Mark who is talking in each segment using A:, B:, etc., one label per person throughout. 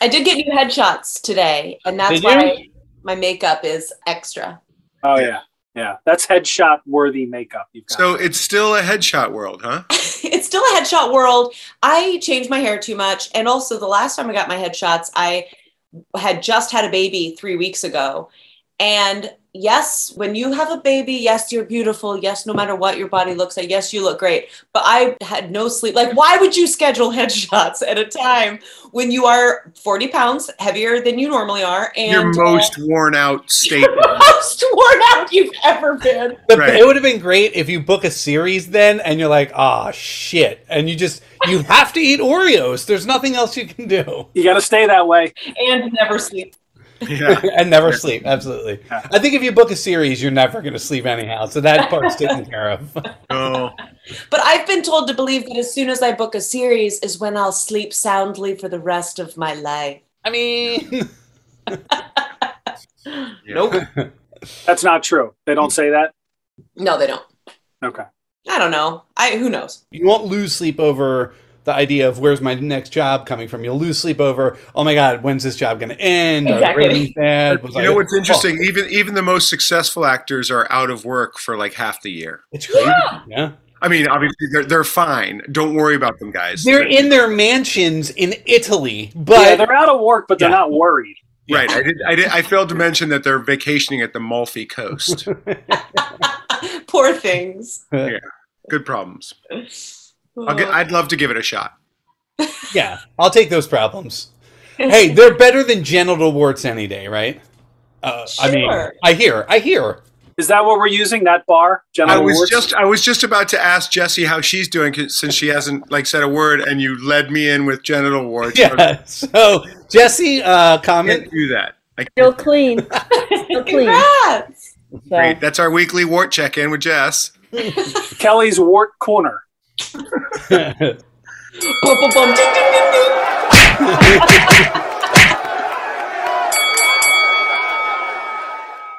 A: I did get new headshots today, and that's
B: Did you?
A: why my makeup is extra.
C: Oh yeah, yeah. That's headshot worthy makeup. You've got.
D: So it's still a headshot world, huh?
A: it's still a headshot world. I changed my hair too much. And also, the last time I got my headshots, I had just had a baby three weeks ago. And yes, when you have a baby, yes, you're beautiful. Yes, no matter what your body looks like, yes, you look great. But I had no sleep. Like, why would you schedule headshots at a time when you are 40 pounds heavier than you normally are and uh,
D: Your most worn out state.
A: the most worn out you've ever been?
B: But
D: Right.
B: It would have been great if you book a series then and you're like, ah, shit. And you just, you have to eat Oreos. There's nothing else you can do.
C: You got to stay that way.
A: And never sleep.
D: yeah.
B: and never sleep. Absolutely.
C: Yeah.
B: I think if you book a series, you're never going to sleep anyhow. So that part's taken care of.
D: Oh,
A: But I've been told to believe that as soon as I book a series is when I'll sleep soundly for the rest of my life.
B: I mean,
D: yeah.
B: nope.
C: That's not true. They don't say that.
A: No, they don't.
C: Okay.
A: I don't know. I who knows.
B: You won't lose sleep over the idea of where's my next job coming from. You'll lose sleep over, oh my God, when's this job going to end? Are
A: Exactly.
B: ratings bad? Was
D: You
B: I- Oh,
D: know what's interesting? Even even the most successful actors are out of work for like half the year.
B: It's crazy. yeah.
D: I mean, obviously they're they're fine. Don't worry about them, guys.
B: They're in their mansions in Italy,
C: yeah,
B: but
C: they're out of work, but they're
B: Yeah.
C: not worried.
D: right. I did, I did. I failed to mention that they're vacationing at the Malfi Coast.
A: Poor things.
D: Good problems. I'll get, I'd love to give it a shot.
B: yeah, I'll take those problems. Hey, they're better than genital warts any day, right? Uh, I mean,
A: Sure.
B: I hear, I hear.
C: Is that what we're using? That bar?
D: I
C: General
D: was
C: Woods?
D: just I was just about to ask Jesse how she's doing 'cause- since she hasn't like said a word, and you led me in with genital warts.
B: Yeah. So, Jesse,
D: I
B: uh, comment.
D: can't do that. I can't.
E: Still clean. Still clean.
A: Congrats.
E: So.
D: That's our weekly wart check-in with Jess.
C: Kelly's wart corner.
A: Boom, boom, boom, ding, ding, ding, ding.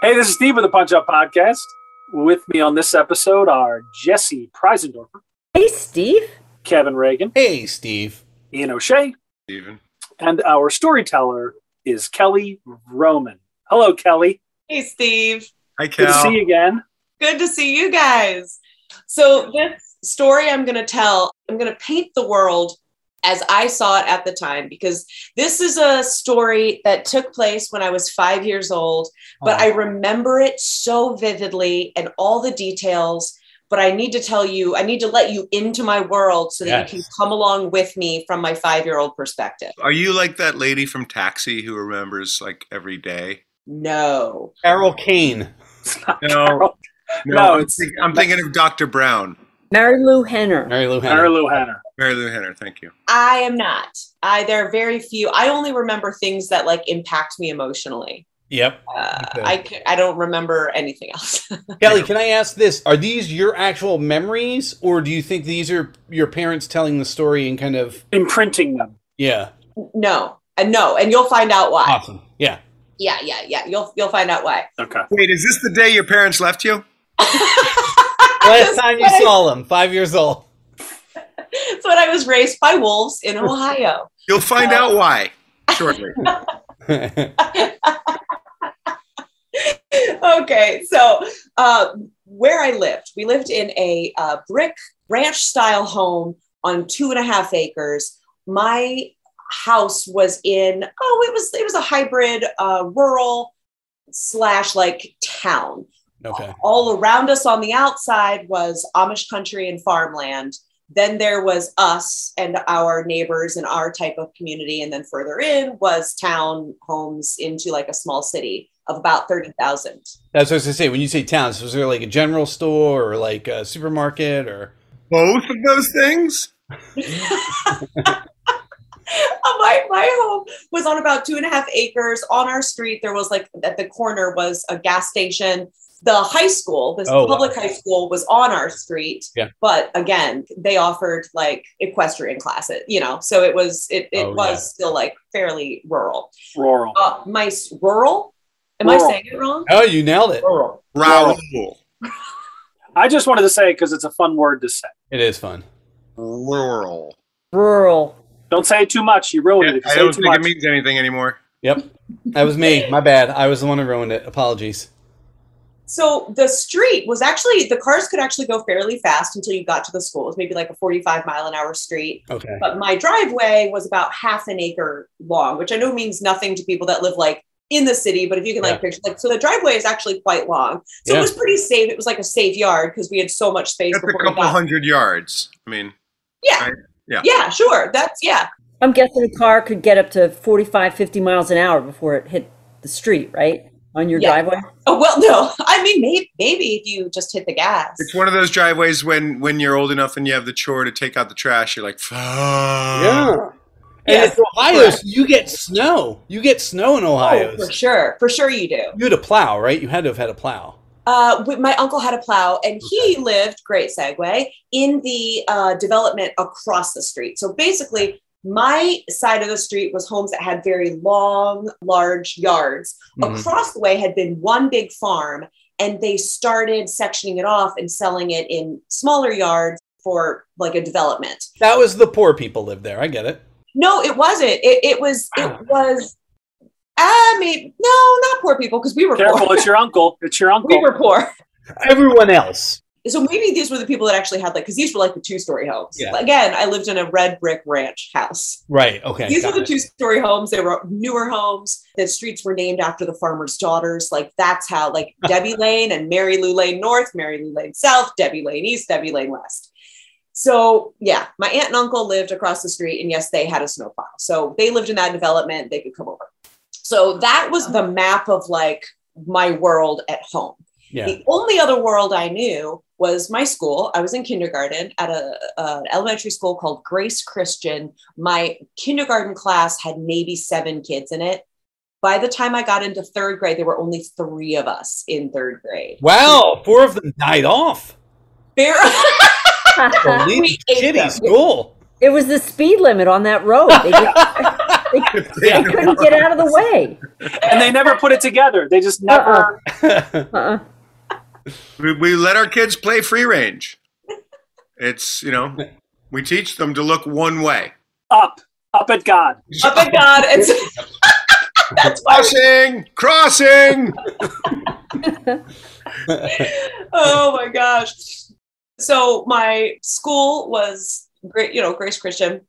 C: Hey, this is Steve with the Punch Up Podcast. With me on this episode are Jesse Preisendorfer,
E: Hey, Steve.
C: Kevin Reagan,
B: Hey, Steve.
C: Ian O'Shea,
D: Even
C: and our storyteller is Kelly Roman. Hello, Kelly.
A: Hey Steve.
D: hi
C: Good to
D: Cal.
C: see you again.
A: Good to see you guys. So this story I'm going to tell, I'm going to paint the world as I saw it at the time because this is a story that took place when I was 5 years old but I remember it so vividly and all the details. But I need to tell you, I need to let you into my world so that you
B: Yes.
A: can come along with me from my five year old perspective.
D: Are you like that lady from Taxi who remembers like every day?
A: No.
B: Errol Kane.
D: No,
C: No,
D: I'm,
C: it's-
D: think- I'm thinking of Dr. Brown,
E: Mary Lou Henner.
B: Mary Lou Henner.
C: Mary Lou Hanner.
D: Mary Lou Henner. Thank you.
A: I am not. I there are very few. I only remember things that like impact me emotionally.
B: Yep.
A: Uh,
B: Okay.
A: I c- I don't remember anything else.
B: Kelly, can I ask this? Are these your actual memories, or do you think these are your parents telling the story and kind of
C: Imprinting them.
B: yeah?
A: no, and no, and you'll find out why.
B: Awesome. Yeah.
A: Yeah, yeah, yeah. You'll you'll find out why.
C: Okay.
D: Wait, is this the day your parents left you?
B: Last time you saw them, five years old.
A: That's when I was raised by wolves in Ohio.
D: You'll find out why shortly.
B: That's
A: okay, so uh, where I lived, we lived in a uh, brick ranch style home on two and a half acres. My house was in oh, it was it was a hybrid uh, rural slash like town.
B: okay.
A: All around us on the outside was Amish country and farmland. Then there was us and our neighbors and our type of community. And then further in was town homes into like a small city of about 30,000.
B: That's what I was gonna say. When you say towns, was there like a general store or like a supermarket or?
D: Both of those things?
A: Uh, my, my home was on about two and a half acres on our street there was like at the corner was a gas station the high school this
B: Oh, wow.
A: public high school was on our street
B: Yeah.
A: but again they offered like equestrian classes you know so it was it, it
B: Oh,
A: was
B: yeah.
A: still like fairly rural
C: Rural.
A: uh, my s- rural am
C: Rural.
A: i saying it wrong
B: Oh, you nailed it.
A: rural
D: Raoul.
C: I just wanted to say because it's a fun word to say.
B: It is fun.
D: Rural.
E: Rural.
C: Don't say it too much. You ruined it. If you
D: I
C: say
D: don't
C: too
D: think it
C: much-
D: means anything anymore.
B: Yep. That was me. My bad. I was the one who ruined it. Apologies.
A: So the street was actually the cars could actually go fairly fast until you got to the school. It was maybe like a 45 mile an hour street.
B: Okay.
A: But my driveway was about half an acre long, which I know means nothing to people that live like in the city, but if you can like
B: Yeah.
A: picture like so the driveway is actually quite long. So
B: Yeah.
A: it was pretty safe. It was like a safe yard because we had so much space
D: That's a
A: before we
D: couple
A: got.
D: hundred yards. I mean,
A: yeah.
D: right? Yeah.
A: yeah. sure. That's yeah.
E: I'm guessing a car could get up to 45, 50 miles an hour before it hit the street, right? On your
A: Yeah.
E: driveway?
A: Oh well no. I mean maybe maybe if you just hit the gas.
D: it's one of those driveways when when you're old enough and you have the chore to take out the trash, you're like, fuck.
B: Yeah. And
A: Yes,
B: it's Ohio, so you get snow. You get snow in Ohio.
A: Oh, for sure. For sure you do.
B: You had a plow, right? You had to have had a plow.
A: Uh, wi- my uncle had a plow, and he lived great segue in the uh, development across the street. So basically, my side of the street was homes that had very long, large yards.
C: Mm-hmm.
B: Mhm.
A: Across the way had been one big farm, and they started sectioning it off and selling it in smaller yards for like a development.
B: That was the poor people lived there. I get it.
A: No, it wasn't. It, it was.
C: Ah.
A: It was. I mean, no, not poor people because we were
C: Careful,
A: poor.
C: it's your uncle. It's your uncle.
A: we were poor.
B: Everyone else.
A: so maybe these were the people that actually had like because these were like the two story homes.
B: Yeah.
A: Again, I lived in a red brick ranch house.
B: Right. Okay.
A: these were
B: got
A: the
B: it.
A: two story homes. They were newer homes. The streets were named after the farmers' daughters. Like that's how like Debbie Lane and Mary Lou Lane North, Mary Lou Lane South, Debbie Lane East, Debbie Lane West. So yeah, my aunt and uncle lived across the street, and yes, they had a snowplow. So they lived in that development. They could come over. So that was the map of like my world at home.
B: Yeah.
A: The only other world I knew was my school. I was in kindergarten at a, a elementary school called Grace Christian. My kindergarten class had maybe seven kids in it. By the time I got into third grade, there were only three of us in third grade.
B: Wow. Four of them died off.
A: There,
B: Holy
A: ate them.
B: shitty school.
E: it was the speed limit on that road. They, just, they couldn't get out of the way.
C: and they never put it together. They just never.
E: Uh-uh.
D: We, we let our kids play free range. It's you know, we teach them to look one way.
A: Uh-uh.
C: Up. Up at God.
A: oh my God, it's
D: Crossing, crossing.
A: oh my gosh. So my school was great, you know, Grace Christian.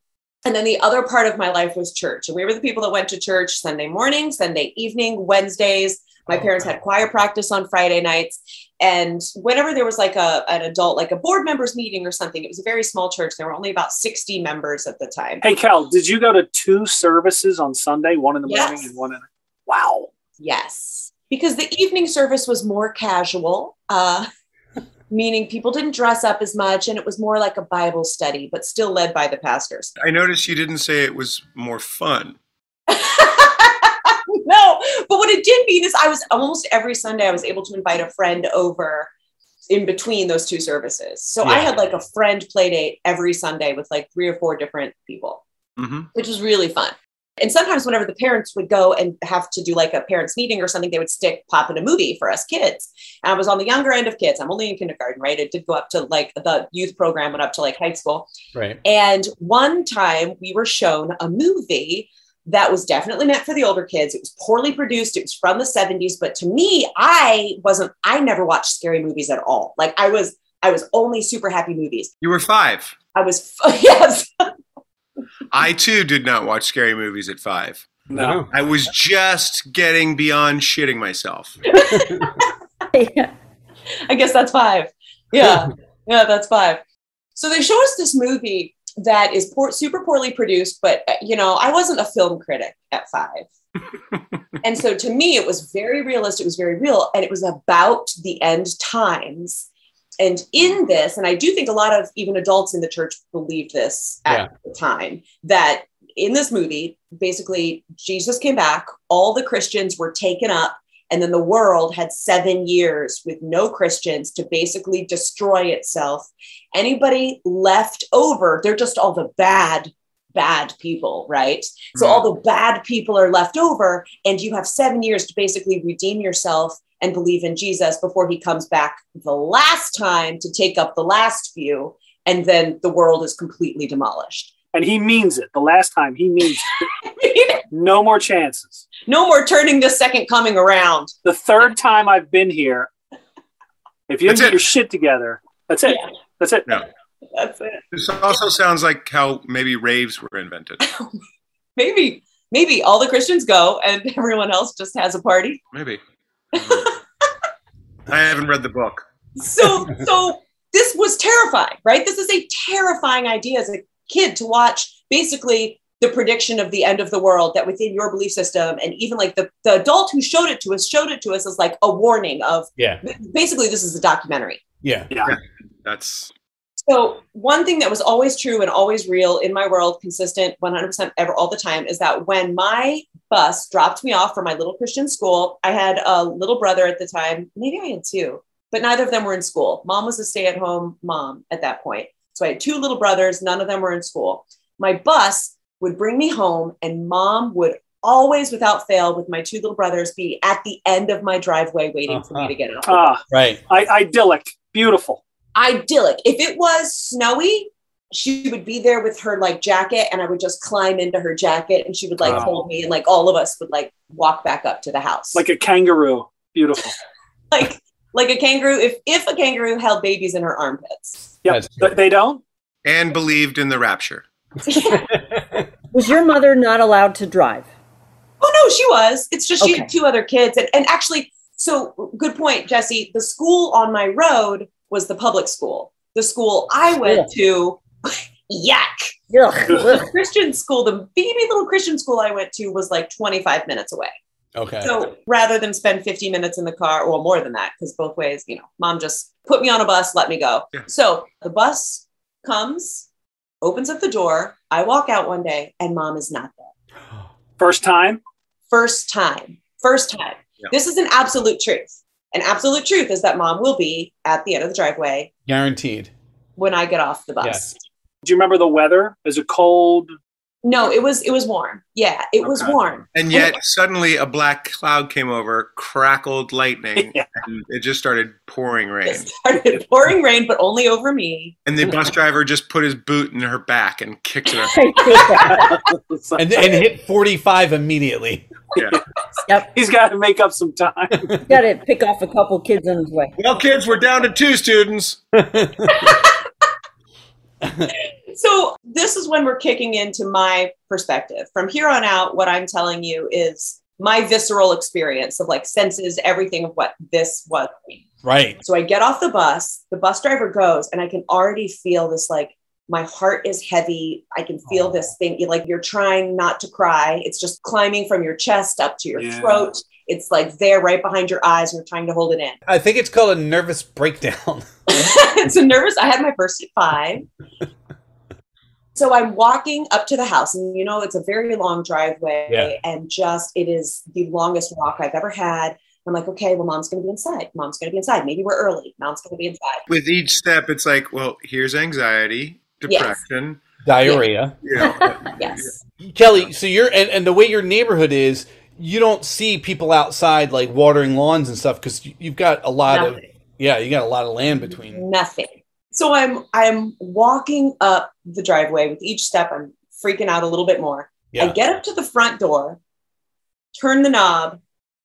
A: And then the other part of my life was church. And we were the people that went to church Sunday morning, Sunday evening, Wednesdays. My parents had choir practice on Friday nights. And whenever there was like a, an adult, like a board members meeting or something, it was a very small church. There were only about 60 members at the time.
C: Hey, Kel, did you go to two services on Sunday? One in the morning
A: Yes.
C: and one in. Wow.
A: Yes, because the evening service was more casual, uh, meaning people didn't dress up as much, and it was more like a Bible study, but still led by the pastors.
D: I noticed you didn't say it was more fun.
A: no, but what it did mean is I was almost every Sunday I was able to invite a friend over in between those two services. So I
B: Yeah.
A: had like a friend play date every Sunday with like three or four different people.
D: Mm-hmm.
A: which was really fun. And sometimes, whenever the parents would go and have to do like a parents' meeting or something, they would stick pop in a movie for us kids. And I was on the younger end of kids. I'm only in kindergarten, right? It did go up to like the youth program went up to like high school.
B: right.
A: And one time we were shown a movie that was definitely meant for the older kids. It was poorly produced. It was from the 70s. But to me, I wasn't, I never watched scary movies at all. Like I was, I was only super happy movies.
D: You were five.
A: I was, yes.
D: I too did not watch scary movies at five.
B: No.
D: I was just getting beyond shitting myself.
E: Yeah.
A: I guess that's five. Yeah. yeah, that's five. So they show us this movie that is poor, super poorly produced, but uh, you know, I wasn't a film critic at five. and so to me, it was very realistic, it was very real, and it was about the end times. And in this, and I do think a lot of even adults in the church believed this at
B: Yeah.
A: the time that in this movie, basically, Jesus came back, all the Christians were taken up, and then the world had seven years with no Christians to basically destroy itself. Anybody left over, they're just all the bad, bad people, right? So all the bad people are left over, and you have seven years to basically redeem yourself and believe in Jesus before he comes back the last time to take up the last few, and then the world is completely demolished.
C: and he means it. The last time he means it. No more chances.
A: no more turning the second coming around.
C: The third time I've been here, if you don't
D: That's
C: get
D: it.
C: your shit together, that's it.
A: Yeah.
C: That's it.
A: That's it.
D: This also sounds like how maybe raves were invented.
A: Maybe, maybe all the Christians go and everyone else just has a party.
D: Maybe. I haven't read the book.
A: so so this was terrifying right this is a terrifying idea as a kid to watch basically the prediction of the end of the world that within your belief system and even like the, the adult who showed it to us showed it to us as like a warning of
B: Yeah.
A: basically this is a documentary
B: Yeah.
D: That's
A: so one thing that was always true and always real in my world consistent 100% ever all the time is that when my bus dropped me off for my little christian school i had a little brother at the time maybe i had two but neither of them were in school. Mom was a stay at home mom at that point. So I had two little brothers, none of them were in school. My bus would bring me home, and mom would always, without fail, with my two little brothers, be at the end of my driveway waiting for me
B: Uh-huh.
A: to get out.
C: Ah,
B: Right.
C: I, idyllic, beautiful.
A: Idyllic. If it was snowy, she would be there with her like jacket, and I would just climb into her jacket, and she would like
C: Wow.
A: hold me, and like all of us would like walk back up to the house,
C: Like a kangaroo. Beautiful.
A: like like a kangaroo. If if a kangaroo held babies in her armpits.
C: Yep.
B: That's true.
C: But they don't?
D: and believed in the rapture.
E: Was your mother not allowed to drive?
A: Oh no, she was. It's just she had
E: Okay.
A: two other kids, and, and actually, so good point, Jesse. The school on my road was the public school. The school I went to, yuck.
E: Ugh,
A: The
E: ugh.
A: Christian school, the baby little Christian school I went to, was like 25 minutes away.
B: Okay.
D: Uh,
A: So rather than spend 50 minutes in the car, or more than that, because both ways, you know, mom just put me on a bus, let me go.
D: Yeah.
A: So the bus comes, opens up the door. I walk out one day, and mom is not there
C: First time?
A: first time. First time.
D: Yeah.
A: This is an absolute truth. An absolute truth is that mom will be at the end of the driveway
B: Guaranteed.
A: when I get off the bus.
B: Yes.
C: Do you remember the weather? Is it cold?
A: No, it was it was warm. Yeah, it was
C: Okay.
A: warm.
D: And yet, suddenly, a black cloud came over, crackled lightning,
C: Yeah.
D: and it just started pouring rain.
A: It started pouring rain, but only over me.
D: And the bus driver just put his boot in her back and kicked her.
E: I hate that.
B: And and hit 45 immediately.
C: He's got to make up some time.
E: Got to pick off a couple kids on his way.
D: well, kids, we're down to two students.
A: So this is when we're kicking into my perspective. From here on out, what I'm telling you is my visceral experience of like senses, everything of what this was.
B: Right.
A: So I get off the bus, the bus driver goes, and I can already feel this like my heart is heavy. I can feel
B: Oh.
A: this thing you- like you're trying not to cry. It's just climbing from your chest up to your
C: Yeah.
A: throat. It's like there right behind your eyes. and You're trying to hold it in.
B: I think it's called a nervous breakdown.
A: it's a nervous. I had my first at five. So I'm walking up to the house, and you know, it's a very long driveway,
B: Yeah.
A: and just it is the longest walk I've ever had. I'm like, okay, well, mom's gonna be inside. Mom's gonna be inside. Maybe we're early. Mom's gonna be inside.
D: With each step, it's like, well, here's anxiety,
A: Yes.
D: depression.
B: Diarrhea.
D: You know,
A: Yes.
B: Kelly, so you're and, and the way your neighborhood is, you don't see people outside like watering lawns and stuff because you've got a lot of
A: Nothing.
B: yeah, you got a lot of land between.
A: nothing. So I'm I'm walking up the driveway with each step. I'm freaking out a little bit more. I
B: Yeah.
A: get up to the front door, turn the knob,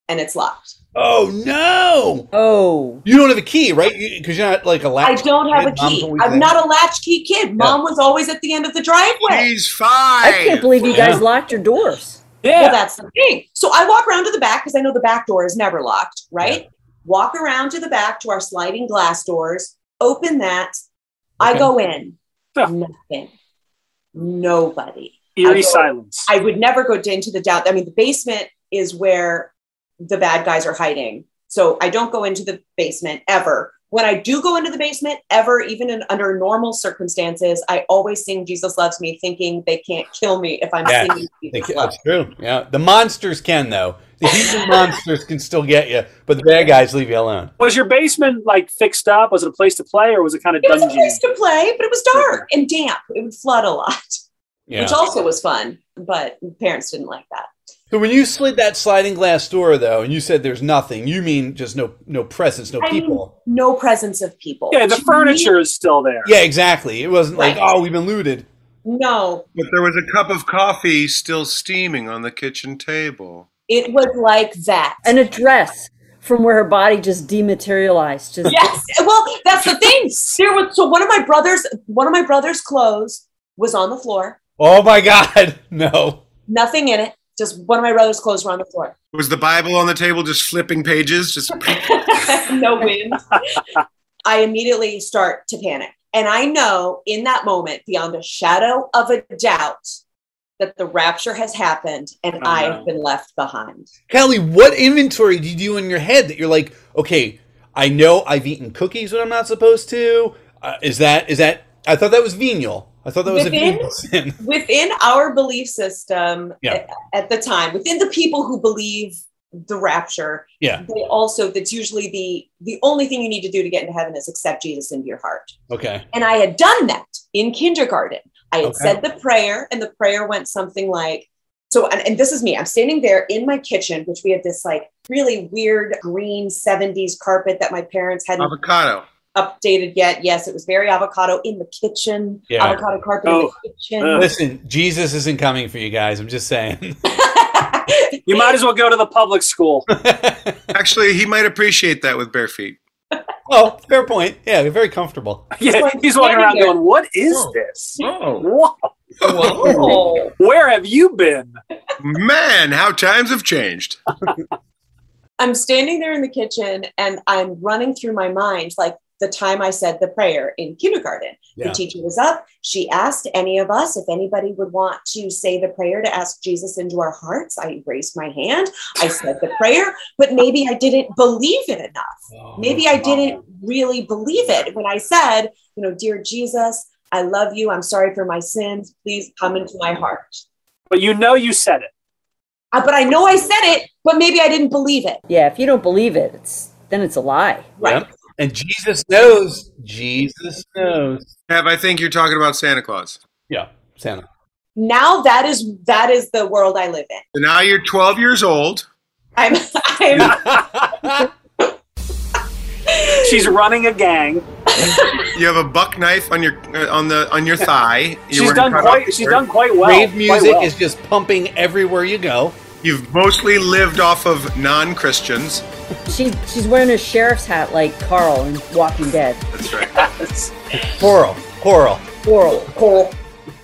A: and it's locked.
B: Oh no!
E: Oh,
B: You don't have a key, right? Because you, are not like a
A: I
B: latch.
A: don't have a
B: kid, mom's
A: key.
B: always
A: I'm
B: there.
A: not a latchkey kid. Mom was always at the end of the driveway.
D: She's
E: I
D: five.
E: can't believe you guys
B: Yeah.
E: locked your doors.
A: Well,
C: Yeah.
A: that's the thing. So I walk around to the back because I know the back door is never locked, right? Walk around to the back to our sliding glass doors, open that. I
B: Okay.
A: go in.
C: Yeah.
A: Nothing. Nobody.
C: Eerie
A: I-
C: silence.
A: I would never go into the down. I mean, the basement is where the bad guys are hiding. So I don't go into the basement ever. When I do go into the basement, ever, even in, under normal circumstances, I always sing Jesus Loves Me, thinking they can't kill me if I'm
B: Yeah.
A: singing
B: They
A: Jesus
B: can-
A: Loves
B: that's true. Yeah, the monsters can though. The human monsters can still get you, but the bad guys leave you alone.
C: was your basement like fixed up? Was it a place to play or was it kind of
A: Me. It was a
C: dungeon?
A: place to play, but it was dark and damp. It would flood a lot,
B: Yeah.
A: which also was fun, but parents didn't like that.
B: So when you slid that sliding glass door though, and you said there's nothing, you mean just no no presence, no
A: I mean-
B: people.
A: No presence of people.
C: Yeah, the
A: To me,
C: furniture is still there.
B: yeah, exactly. It wasn't like
A: Right.
B: oh we've been looted.
A: No,
D: But there was a cup of coffee still steaming on the kitchen table.
A: it was like that.
E: An address from where her body just dematerialized. Just
A: yes. Well, that's the thing. There was so one of my brothers, one of my brother's clothes was on the floor,
B: Oh my God. No.
A: nothing in it. Just one of my brother's clothes were on the floor.
D: Was the Bible on the table just flipping pages? Just
A: no wind. I immediately start to panic. And I know in that moment, beyond a shadow of a doubt, that the rapture has happened and
C: Oh,
A: I
C: no.
A: have been left behind.
B: Kelly, what inventory do you do in your head that you're like, okay, I know I've eaten cookies when I'm not supposed to. Uh, is that is that? I thought that was venial. I thought that was a
A: Within-
B: venial sin.
A: Within our belief system
B: Yeah.
A: at, at the time, within the people who believe the rapture,
B: Yeah.
A: they also that's usually the the only thing you need to do to get into heaven is accept Jesus into your heart.
B: Okay.
A: And I had done that in kindergarten. I had
B: Okay.
A: said the prayer, and the prayer went something like, so, and, and this is me. I'm standing there in my kitchen, which we had this like really weird green 70s carpet that my parents hadn't
D: avocado.
A: updated yet. Yes, it was very avocado in the kitchen,
B: Yeah.
A: avocado carpet in
C: Oh.
A: the kitchen.
C: Ugh.
B: Listen, Jesus isn't coming for you guys. I'm just saying.
C: You might as well go to the public school.
D: Actually, he might appreciate that with bare feet.
B: oh, fair point. Yeah, very comfortable.
C: yeah, he's walking around going, "What is
D: Whoa.
C: this?
D: Oh,
C: Whoa,
A: oh,
C: where have you been?"
D: man, how times have changed.
A: I'm standing there in the kitchen and I'm running through my mind like the time I said the prayer in kindergarten.
B: Yeah.
A: The teacher was up. She asked any of us if anybody would want to say the prayer to ask Jesus into our hearts. I raised my hand. I said the prayer, but maybe I didn't believe it enough.
B: Oh,
A: Maybe I didn't really believe it when I said, you know, dear Jesus, I love you. I'm sorry for my sins. Please come into my heart.
C: But you know, you said it.
A: Uh, But I know I said it, but maybe I didn't believe it.
E: yeah, if you don't believe it, it's then it's a lie.
A: Right.
B: Yep. And Jesus knows. Jesus knows.
D: Have I think you're talking about Santa Claus.
B: Yeah, Santa.
A: now that is that is the world I live in.
D: So now you're 12 years old.
A: I'm I'm
C: She's running a gang.
D: You have a buck knife on your uh, on the on your thigh. You're
C: She's
D: wearing
C: done
D: cut-off
C: quite. She's
D: shirt.
C: done quite well.
B: Rave
C: quite
B: music
C: well.
B: is just pumping everywhere you go.
D: You've mostly lived off of non-Christians.
E: She she's wearing a sheriff's hat like Carl in Walking Dead.
D: That's right.
B: Coral, coral.
E: Oral.
A: cool.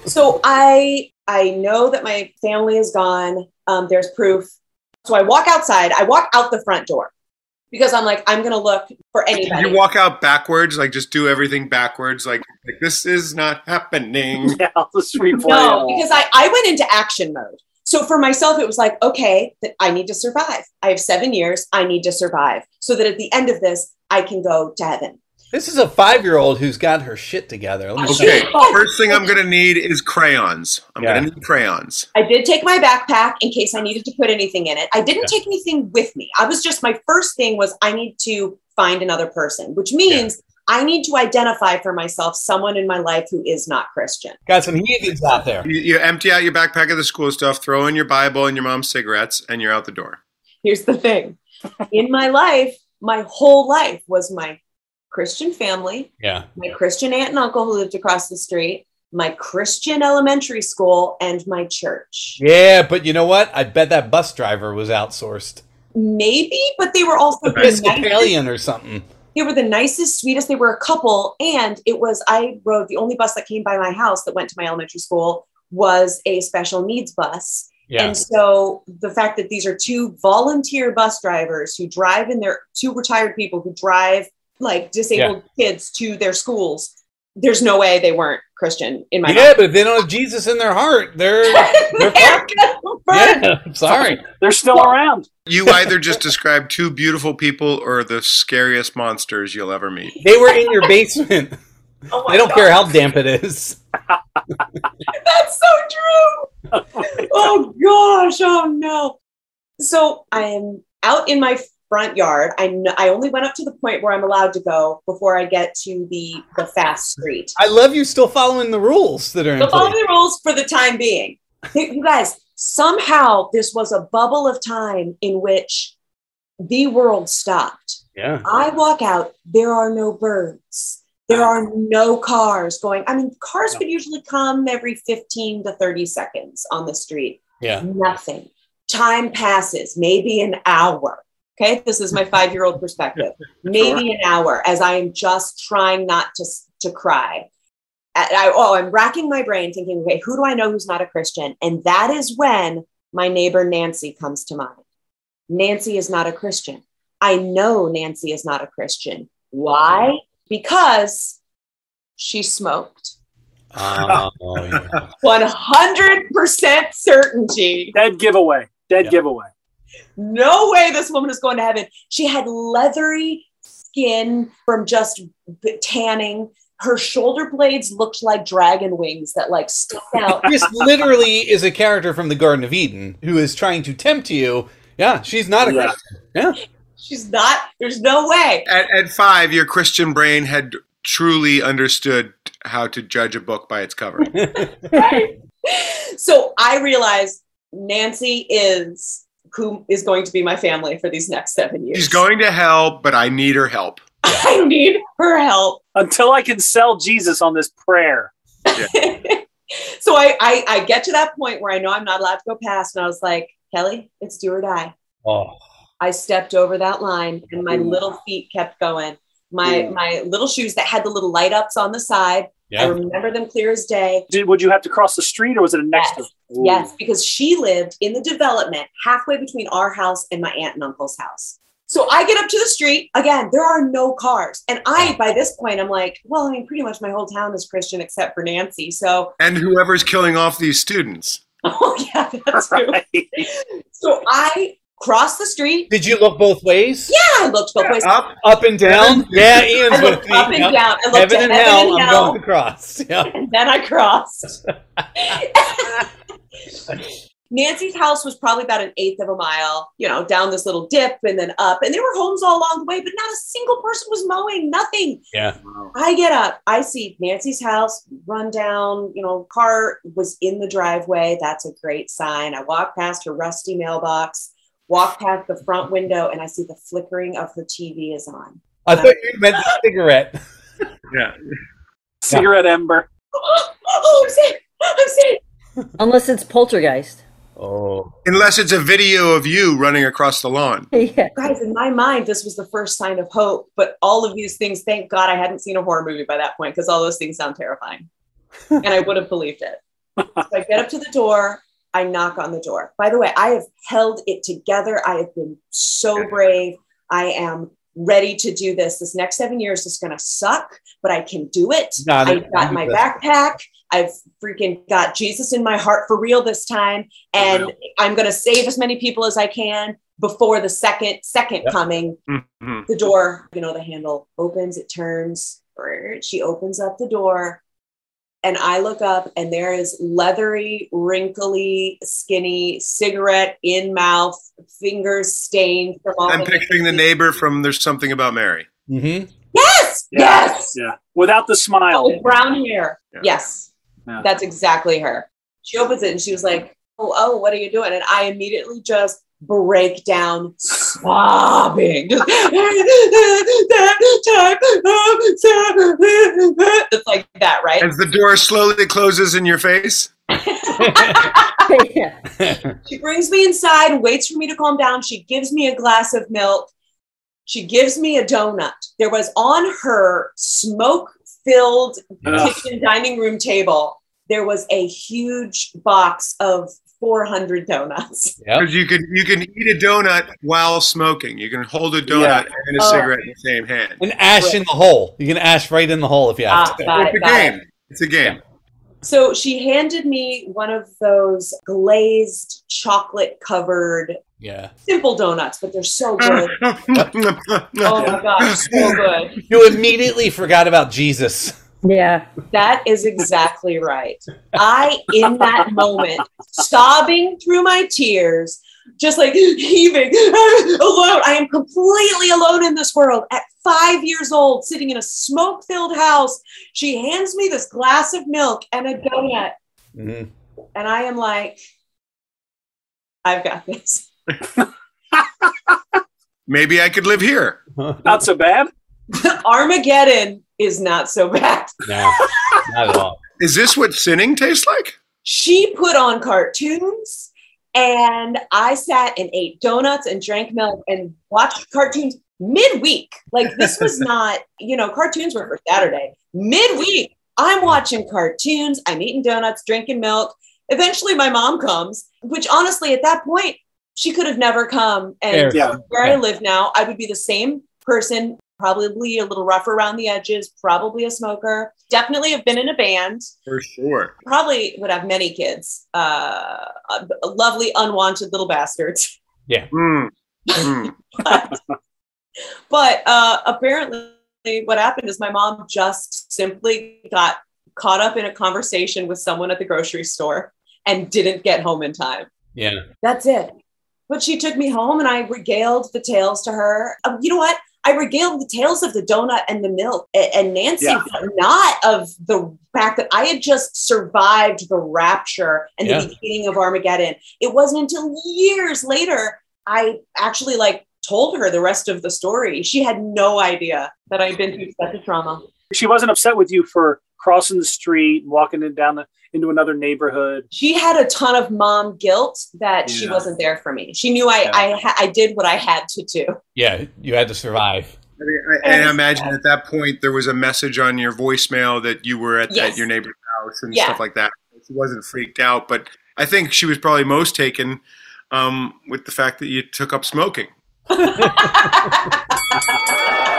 A: So I I know that my family is gone. Um, there's proof. So I walk outside. I walk out the front door because I'm like I'm gonna look for
D: Did
A: anybody.
D: you walk out backwards, like just do everything backwards, like, like this is not happening.
C: Yeah, let's replay.
A: no,
C: it.
A: because I I went into action mode. So for myself, it was like okay, that I need to survive. I have seven years. I need to survive so that at the end of this, I can go to heaven.
B: This is a five-year-old who's got her shit together. Let me
D: Okay, first thing I'm gonna need is crayons. I'm
B: Yeah.
D: gonna need crayons.
A: I did take my backpack in case I needed to put anything in it. I didn't take anything with me. I was just my first thing was I need to find another person, which means I need to identify for myself someone in my life who is not Christian.
B: Got some heathens out there.
D: You, you empty out your backpack of the school stuff, throw in your Bible and your mom's cigarettes, and you're out the door.
A: Here's the thing. in my life, my whole life was my Christian family,
B: Yeah.
A: my Christian aunt and uncle who lived across the street, my Christian elementary school, and my church.
B: Yeah, but you know what? I bet that bus driver was outsourced.
A: Maybe, but they were also the nicest
B: Episcopalian or something.
A: they were the nicest, sweetest. They were a couple, and it was I rode the only bus that came by my house that went to my elementary school was a special needs bus.
B: Yeah.
A: And so the fact that these are two volunteer bus drivers who drive in their two retired people who drive like disabled kids to their schools, there's no way they weren't Christian in my mind.
B: Yeah, but if they don't have Jesus in their heart, they're they're fucked. Yeah, I'm sorry.
C: They're still around.
D: You either just described two beautiful people or the scariest monsters you'll ever meet.
B: They were in your basement.
A: Oh
B: They don't care how damp it is.
A: That's so true. oh gosh. Oh no. So I am out in my front yard. I kn- I only went up to the point where I'm allowed to go before I get to the the fast street.
B: I love you still following the rules that are in
A: So follow
B: place.
A: the rules for the time being. You guys, somehow this was a bubble of time in which the world stopped.
B: Yeah.
A: I walk out, there are no birds. There are no cars going. I mean, cars would usually come every 15 to 30 seconds on the street.
B: Yeah.
A: Nothing. Time passes, maybe an hour. Okay. This is my five year old perspective. Maybe an hour as I am just trying not to, to cry. I, I, oh, I'm racking my brain thinking, okay, who do I know who's not a Christian? And that is when my neighbor Nancy comes to mind. Nancy is not a Christian. I know Nancy is not a Christian. Why? Because she smoked.
B: Oh, yeah.
A: 100% certainty.
C: Dead giveaway. Dead
B: Yeah.
C: giveaway.
A: No way this woman is going to heaven. She had leathery skin from just b- tanning. Her shoulder blades looked like dragon wings that like stuck out.
B: This literally is a character from the Garden of Eden who is trying to tempt you. Yeah, she's not a
C: Yeah.
B: Christian. Yeah.
A: She's not, there's no way.
D: At, at five, your Christian brain had truly understood how to judge a book by its cover.
A: So I realized Nancy is who is going to be my family for these next seven years.
D: She's going to hell, but I need her help.
A: I need her help.
C: Until I can sell Jesus on this prayer.
A: so I, I I get to that point where I know I'm not allowed to go past, and I was like, Kelly, it's do or die.
B: Oh.
A: I stepped over that line, and my
C: Ooh.
A: little feet kept going. My
C: Ooh.
A: my little shoes that had the little light ups on the side. I
B: Yeah.
A: remember them clear as day.
C: Did, would you have to cross the street or was it a next
A: Yes.
C: to Ooh.
A: Yes, because she lived in the development halfway between our house and my aunt and uncle's house. So I get up to the street again. There are no cars, and I by this point I'm like, well, I mean, pretty much my whole town is Christian except for Nancy. So
D: And whoever's killing off these students.
A: oh yeah, that's true.
C: Right.
A: So I crossed the street.
B: Did you look both ways?
A: Yeah, I looked both ways.
B: Up, up and down. Yeah, Ian's
A: I
B: with
A: looked
B: me.
A: up and
B: Yep.
A: down. I looked
B: Heaven
A: to
B: and
A: heaven
B: hell.
A: and
B: I'm
A: hell,
B: going across. Yeah.
A: and then I crossed. Nancy's house was probably about an eighth of a mile, you know, down this little dip and then up. And there were homes all along the way, but not a single person was mowing, nothing.
B: Yeah.
A: I get up. I see Nancy's house run down. You know, car was in the driveway. That's a great sign. I walk past her rusty mailbox, walk past the front window, and I see the flickering of her TV is on.
B: I thought you meant the cigarette.
C: Cigarette ember.
A: oh, I'm sick. I'm sick.
E: Unless it's poltergeist.
B: Oh.
D: Unless it's a video of you running across the lawn.
E: yeah.
A: Guys, in my mind, this was the first sign of hope, but all of these things, thank God I hadn't seen a horror movie by that point because all those things sound terrifying. and I would have believed it. So I get up to the door, I knock on the door. By the way, I have held it together. I have been so brave. I am ready to do this. This next seven years is going to suck, but I can do it.
B: Got it.
A: I've got my backpack. I've freaking got Jesus in my heart for real this time. And I'm going to save as many people as I can before the second, second
B: Yep.
A: coming.
D: Mhm.
A: The door, you know, the handle opens, it turns. She opens up the door. And I look up, and there is leathery, wrinkly, skinny, cigarette in mouth, fingers stained from all
D: I'm
A: the-
D: picturing the neighbor from There's Something About Mary.
B: Mm-hmm.
A: Yes,
C: Yeah.
A: yes.
C: Yeah. Without the smile.
A: with brown hair.
D: Yeah.
A: Yes,
C: Yeah.
A: that's exactly her. She opens it and she was like, "Oh, oh, what are you doing?" And I immediately just break down sobbing. Just, it's like that, right?
D: As the door slowly closes in your face.
E: yeah.
A: She brings me inside, waits for me to calm down. She gives me a glass of milk. She gives me a donut. There was on her smoke filled
B: Uh,
C: Ugh.
A: kitchen dining room table, there was a huge box of 400 donuts.
B: Yep.
D: Because you can you can eat a donut while smoking. You can hold a donut and a
A: Oh.
D: cigarette in the same hand.
B: An ash in the hole. You can ash right in the hole if you have
A: Ah,
B: to.
A: got
D: It's
A: it,
D: a
A: got
D: game.
A: it.
D: It's a game.
A: So she handed me one of those glazed chocolate covered
B: Yeah.
A: simple donuts, but they're so good. oh
D: yeah.
A: my gosh, so good.
B: You immediately forgot about Jesus.
E: Yeah.
A: That is exactly right. I, in that moment, sobbing through my tears, just like heaving alone. I am completely alone in this world at five years old, sitting in a smoke filled house. She hands me this glass of milk and a donut,
B: Mhm.
A: and I am like, I've got this.
D: Maybe I could live here.
C: Not so bad.
A: Armageddon is not so bad.
F: No, not at all.
D: Is this what sinning tastes like?
A: She put on cartoons and I sat and ate donuts and drank milk and watched cartoons midweek. Like this was not, you know, cartoons were for Saturday. Midweek, I'm watching cartoons, I'm eating donuts, drinking milk. Eventually my mom comes, which honestly at that point she could have never come and
F: Fair.
C: Yeah.
A: where I
F: Yeah.
A: live now, I would be the same person, probably a little rough around the edges, probably a smoker, definitely have been in a band,
D: For sure.
A: probably would have many kids, uh, uh, lovely, unwanted little bastards.
D: Mm. Mm.
A: But uh, apparently, what happened is my mom just simply got caught up in a conversation with someone at the grocery store and didn't get home in time.
F: Yeah.
A: That's it. But she took me home and I regaled the tales to her. Uh, You know what? I regaled the tales of the donut and the milk A- and Nancy,
C: Yeah.
A: but not of the fact that I had just survived the rapture and
F: Yeah.
A: the beginning of Armageddon. It wasn't until years later I actually like told her the rest of the story. She had no idea that I'd been through such a trauma.
C: She wasn't upset with you for crossing the street and walking in down the, into another neighborhood.
A: she had a ton of mom guilt that she
C: Yeah.
A: wasn't there for me. She knew I
C: Yeah.
A: I, ha- I did what I had to do.
F: Yeah, you had to survive.
D: I mean, I- And I imagine at that point there was a message on your voicemail that you were at,
A: Yes.
D: at your neighbor's house and
A: Yeah.
D: stuff like that. She wasn't freaked out, but I think she was probably most taken um, with the fact that you took up smoking.
A: I